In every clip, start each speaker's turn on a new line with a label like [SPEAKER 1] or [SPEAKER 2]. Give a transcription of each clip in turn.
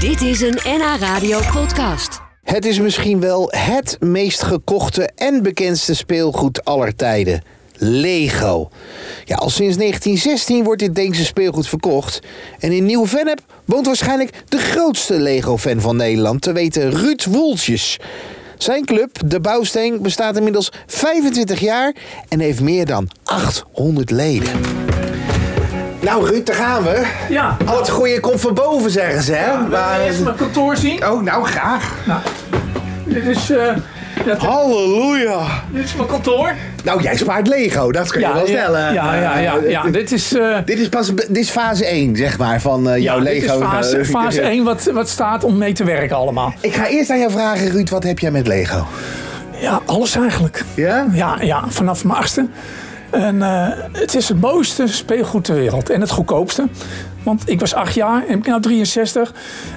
[SPEAKER 1] Dit is een NH Radio podcast.
[SPEAKER 2] Het is misschien wel het meest gekochte en bekendste speelgoed aller tijden. Lego. Ja, al sinds 1916 wordt dit Deense speelgoed verkocht. En in Nieuw-Vennep woont waarschijnlijk de grootste Lego-fan van Nederland, te weten Ruud Woeltjes. Zijn club, De Bouwsteen, bestaat inmiddels 25 jaar en heeft meer dan 800 leden. Nou Ruud, daar gaan we.
[SPEAKER 3] Ja.
[SPEAKER 2] Al het goede komt van boven, zeggen ze, hè?
[SPEAKER 3] Laten we eerst Ah, mijn kantoor zien.
[SPEAKER 2] Oh, nou graag.
[SPEAKER 3] Dit is, eh, ja, dit-
[SPEAKER 2] Halleluja.
[SPEAKER 3] dit is mijn kantoor.
[SPEAKER 2] Nou, jij spaart Lego, dat kun je wel stellen.
[SPEAKER 3] ja, ja, ja, ja, ja. Dit is, eh,
[SPEAKER 2] Dit is pas dit is fase 1, zeg maar, van eh, jouw
[SPEAKER 3] ja,
[SPEAKER 2] Lego.
[SPEAKER 3] dit is fase,
[SPEAKER 2] eh,
[SPEAKER 3] fase 1 wat, wat staat om mee te werken allemaal.
[SPEAKER 2] Ik ga eerst aan jou vragen, Ruud, wat heb jij met Lego?
[SPEAKER 3] Ja, alles eigenlijk.
[SPEAKER 2] Ja?
[SPEAKER 3] Ja, ja vanaf mijn achtste. En eh, het is het mooiste speelgoed ter wereld. En het goedkoopste. Want ik was acht jaar en ik ben nu 63.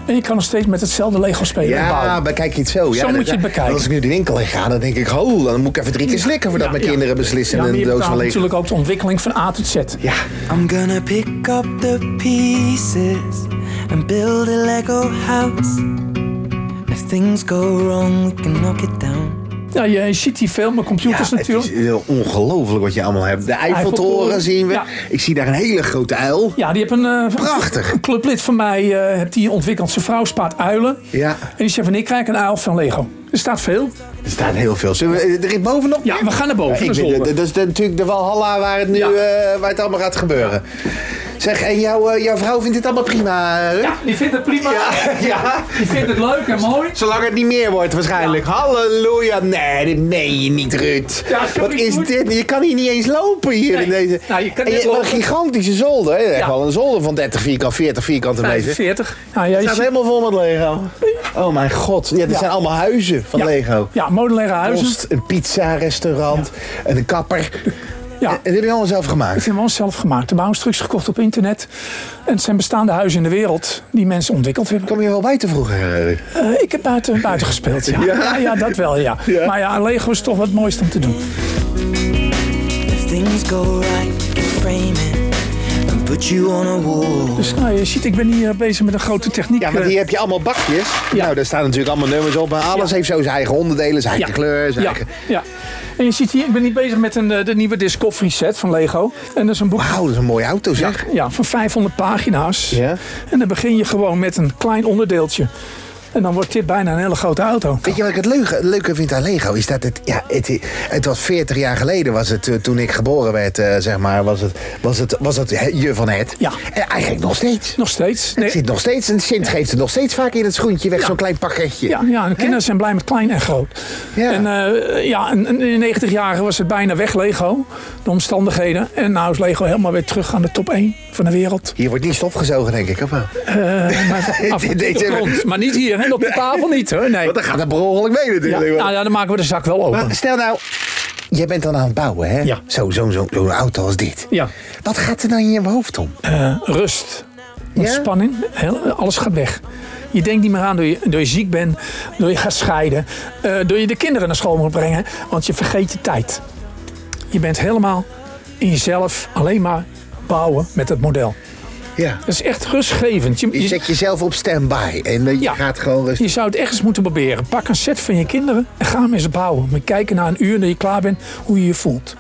[SPEAKER 3] En je kan nog steeds met hetzelfde Lego spelen en
[SPEAKER 2] Ja,
[SPEAKER 3] bouwen.
[SPEAKER 2] bekijk je het zo. ja,
[SPEAKER 3] Zo
[SPEAKER 2] dat-
[SPEAKER 3] moet je het bekijken.
[SPEAKER 2] Als ik nu de winkel in ga, dan denk ik, ho, dan moet ik even drie keer slikken voordat
[SPEAKER 3] Ja,
[SPEAKER 2] mijn
[SPEAKER 3] ja.
[SPEAKER 2] kinderen beslissen
[SPEAKER 3] Ja, maar
[SPEAKER 2] een
[SPEAKER 3] je
[SPEAKER 2] doos van
[SPEAKER 3] betaalt
[SPEAKER 2] Lego.
[SPEAKER 3] natuurlijk ook de ontwikkeling van A tot Z.
[SPEAKER 2] Ja,
[SPEAKER 4] I'm gonna pick up the pieces and build a Lego house. If things go wrong, we can knock it down.
[SPEAKER 3] Ja, Nou, je ziet die veel, mijn computers
[SPEAKER 2] het
[SPEAKER 3] natuurlijk.
[SPEAKER 2] is eh, heel ongelooflijk wat je allemaal hebt. De Eiffeltoren
[SPEAKER 3] Eiffeltoren,
[SPEAKER 2] zien we.
[SPEAKER 3] ja.
[SPEAKER 2] Ik zie daar een hele grote uil.
[SPEAKER 3] Ja, die heeft een, eh,
[SPEAKER 2] Prachtig.
[SPEAKER 3] een clublid van mij eh, heeft die ontwikkeld. Zijn vrouw spaart uilen.
[SPEAKER 2] Ja.
[SPEAKER 3] En die zei van, ik krijg een uil van Lego. Er staat veel.
[SPEAKER 2] Er staan heel veel. Zullen we er is bovenop?
[SPEAKER 3] Ja, we gaan naar boven,
[SPEAKER 2] ik
[SPEAKER 3] de
[SPEAKER 2] weet-
[SPEAKER 3] zolder.
[SPEAKER 2] dat is de- natuurlijk de Walhalla waar het nu
[SPEAKER 3] Ja.
[SPEAKER 2] eh, waar het allemaal gaat gebeuren. Zeg, en jouw, eh, jouw vrouw vindt dit allemaal prima, Ruud?
[SPEAKER 3] Ja, die vindt het prima.
[SPEAKER 2] Ja, ja.
[SPEAKER 3] Die vindt het leuk en mooi.
[SPEAKER 2] Zolang het niet meer wordt waarschijnlijk. Halleluja. Nee, dit meen je niet, Ruud.
[SPEAKER 3] Ja, snap
[SPEAKER 2] Wat
[SPEAKER 3] ik
[SPEAKER 2] is
[SPEAKER 3] goed.
[SPEAKER 2] dit? Je kan hier niet eens lopen hier
[SPEAKER 3] Nee.
[SPEAKER 2] in deze...
[SPEAKER 3] Nou, je kan
[SPEAKER 2] En
[SPEAKER 3] net
[SPEAKER 2] wat een
[SPEAKER 3] lopen.
[SPEAKER 2] gigantische zolder. hè? Echt
[SPEAKER 3] Ja.
[SPEAKER 2] wel een zolder van 30 vierkant, 40 vierkante meter.
[SPEAKER 3] 45. Nou, Ja, ja, je
[SPEAKER 2] Het staat
[SPEAKER 3] ziet-
[SPEAKER 2] helemaal vol met Lego. Oh mijn god. Ja, dit
[SPEAKER 3] Ja.
[SPEAKER 2] zijn allemaal huizen van
[SPEAKER 3] ja.
[SPEAKER 2] Lego.
[SPEAKER 3] Ja, modulaire huizen.
[SPEAKER 2] Post, een pizza-restaurant, en een kapper.
[SPEAKER 3] Ja.
[SPEAKER 2] En dit heb je allemaal zelf
[SPEAKER 3] Ik
[SPEAKER 2] gemaakt.
[SPEAKER 3] vind wel zelf gemaakt. De bouwinstructies gekocht op internet. En het zijn bestaande huizen in de wereld die mensen ontwikkeld hebben.
[SPEAKER 2] Kom je wel bij te vroeger? Ruud?
[SPEAKER 3] Eh, ik heb buiten, buiten gespeeld, ja.
[SPEAKER 2] Ja?
[SPEAKER 3] Ja? ja. dat wel, ja.
[SPEAKER 2] Ja.
[SPEAKER 3] Maar ja, Lego is toch wat mooist om te doen.
[SPEAKER 4] If things go right, we can frame it and put you on a wall.
[SPEAKER 3] Dus nou, je ziet, ik ben hier bezig met een grote techniek.
[SPEAKER 2] Ja, want
[SPEAKER 3] eh,
[SPEAKER 2] hier heb je allemaal bakjes.
[SPEAKER 3] Ja.
[SPEAKER 2] Nou, daar staan natuurlijk allemaal nummers op. Maar alles
[SPEAKER 3] Ja.
[SPEAKER 2] heeft zo zijn eigen onderdelen, zijn eigen kleur, zijn
[SPEAKER 3] ja.
[SPEAKER 2] eigen...
[SPEAKER 3] ja. En je ziet hier, ik ben hier bezig met een, eh, de nieuwe Discovery set van Lego. En dat is een boek
[SPEAKER 2] Wauw, dat is een mooie auto zeg.
[SPEAKER 3] ja, van 500 pagina's.
[SPEAKER 2] Ja.
[SPEAKER 3] En dan begin je gewoon met een klein onderdeeltje. En dan wordt dit bijna een hele grote auto.
[SPEAKER 2] Weet je wat ik het leuke, het leuke vind aan Lego? Is dat het, ja, het, het was 40 jaar geleden, was het, eh, toen ik geboren werd, eh, zeg maar, was het, was het, was het he- je van het.
[SPEAKER 3] Ja.
[SPEAKER 2] En eigenlijk nog steeds.
[SPEAKER 3] Nog steeds.
[SPEAKER 2] Het
[SPEAKER 3] Nee.
[SPEAKER 2] zit nog steeds, en Sint geeft het nog steeds vaak in het schoentje weg, zo'n klein pakketje.
[SPEAKER 3] Ja, ja, en kinderen zijn blij met klein en groot.
[SPEAKER 2] Ja.
[SPEAKER 3] En eh, ja, en- en in 90 jaren was het bijna weg Lego, de omstandigheden. En nou is Lego helemaal weer terug aan de top 1 van de wereld.
[SPEAKER 2] Hier wordt niet stofgezogen, denk ik. Of wel?
[SPEAKER 3] Eh, maar, af en toe
[SPEAKER 2] Deze-
[SPEAKER 3] op de grond. maar niet hier, hè? op de tafel niet hoor. Nee.
[SPEAKER 2] Want dan gaat het per ongeluk mee
[SPEAKER 3] Ja,
[SPEAKER 2] natuurlijk.
[SPEAKER 3] nou ja, dan maken we de zak wel open.
[SPEAKER 2] Maar stel nou, jij bent dan aan het bouwen, hè?
[SPEAKER 3] Ja.
[SPEAKER 2] Zo, zo, zo, zo'n auto als dit.
[SPEAKER 3] Ja.
[SPEAKER 2] Wat gaat er dan in je hoofd om?
[SPEAKER 3] Eh, rust, ontspanning, heel- alles gaat weg. Je denkt niet meer aan door je, door je ziek bent, door je gaat scheiden, eh, door je de kinderen naar school moet brengen, want je vergeet je tijd. Je bent helemaal in jezelf alleen maar bouwen met het model.
[SPEAKER 2] Ja.
[SPEAKER 3] Dat is echt rustgevend. Je,
[SPEAKER 2] Je
[SPEAKER 3] je-
[SPEAKER 2] zet jezelf op standby en eh, je
[SPEAKER 3] Ja.
[SPEAKER 2] gaat gewoon rustig.
[SPEAKER 3] je zou het echt eens moeten proberen. Pak een set van je kinderen en ga hem eens bouwen. Maar kijken na een uur dat je klaar bent hoe je je voelt.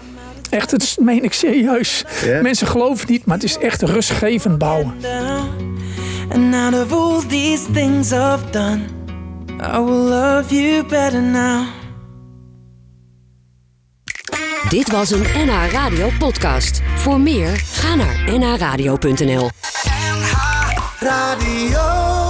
[SPEAKER 3] Echt, dat is- meen ik serieus.
[SPEAKER 2] Ja.
[SPEAKER 3] Mensen geloven het niet, maar het is echt rustgevend bouwen.
[SPEAKER 4] down. And out of all these things I've done, I will love you better now.
[SPEAKER 1] Dit was een NH Radio podcast. Voor meer, ga naar nhradio.nl.
[SPEAKER 5] Radio.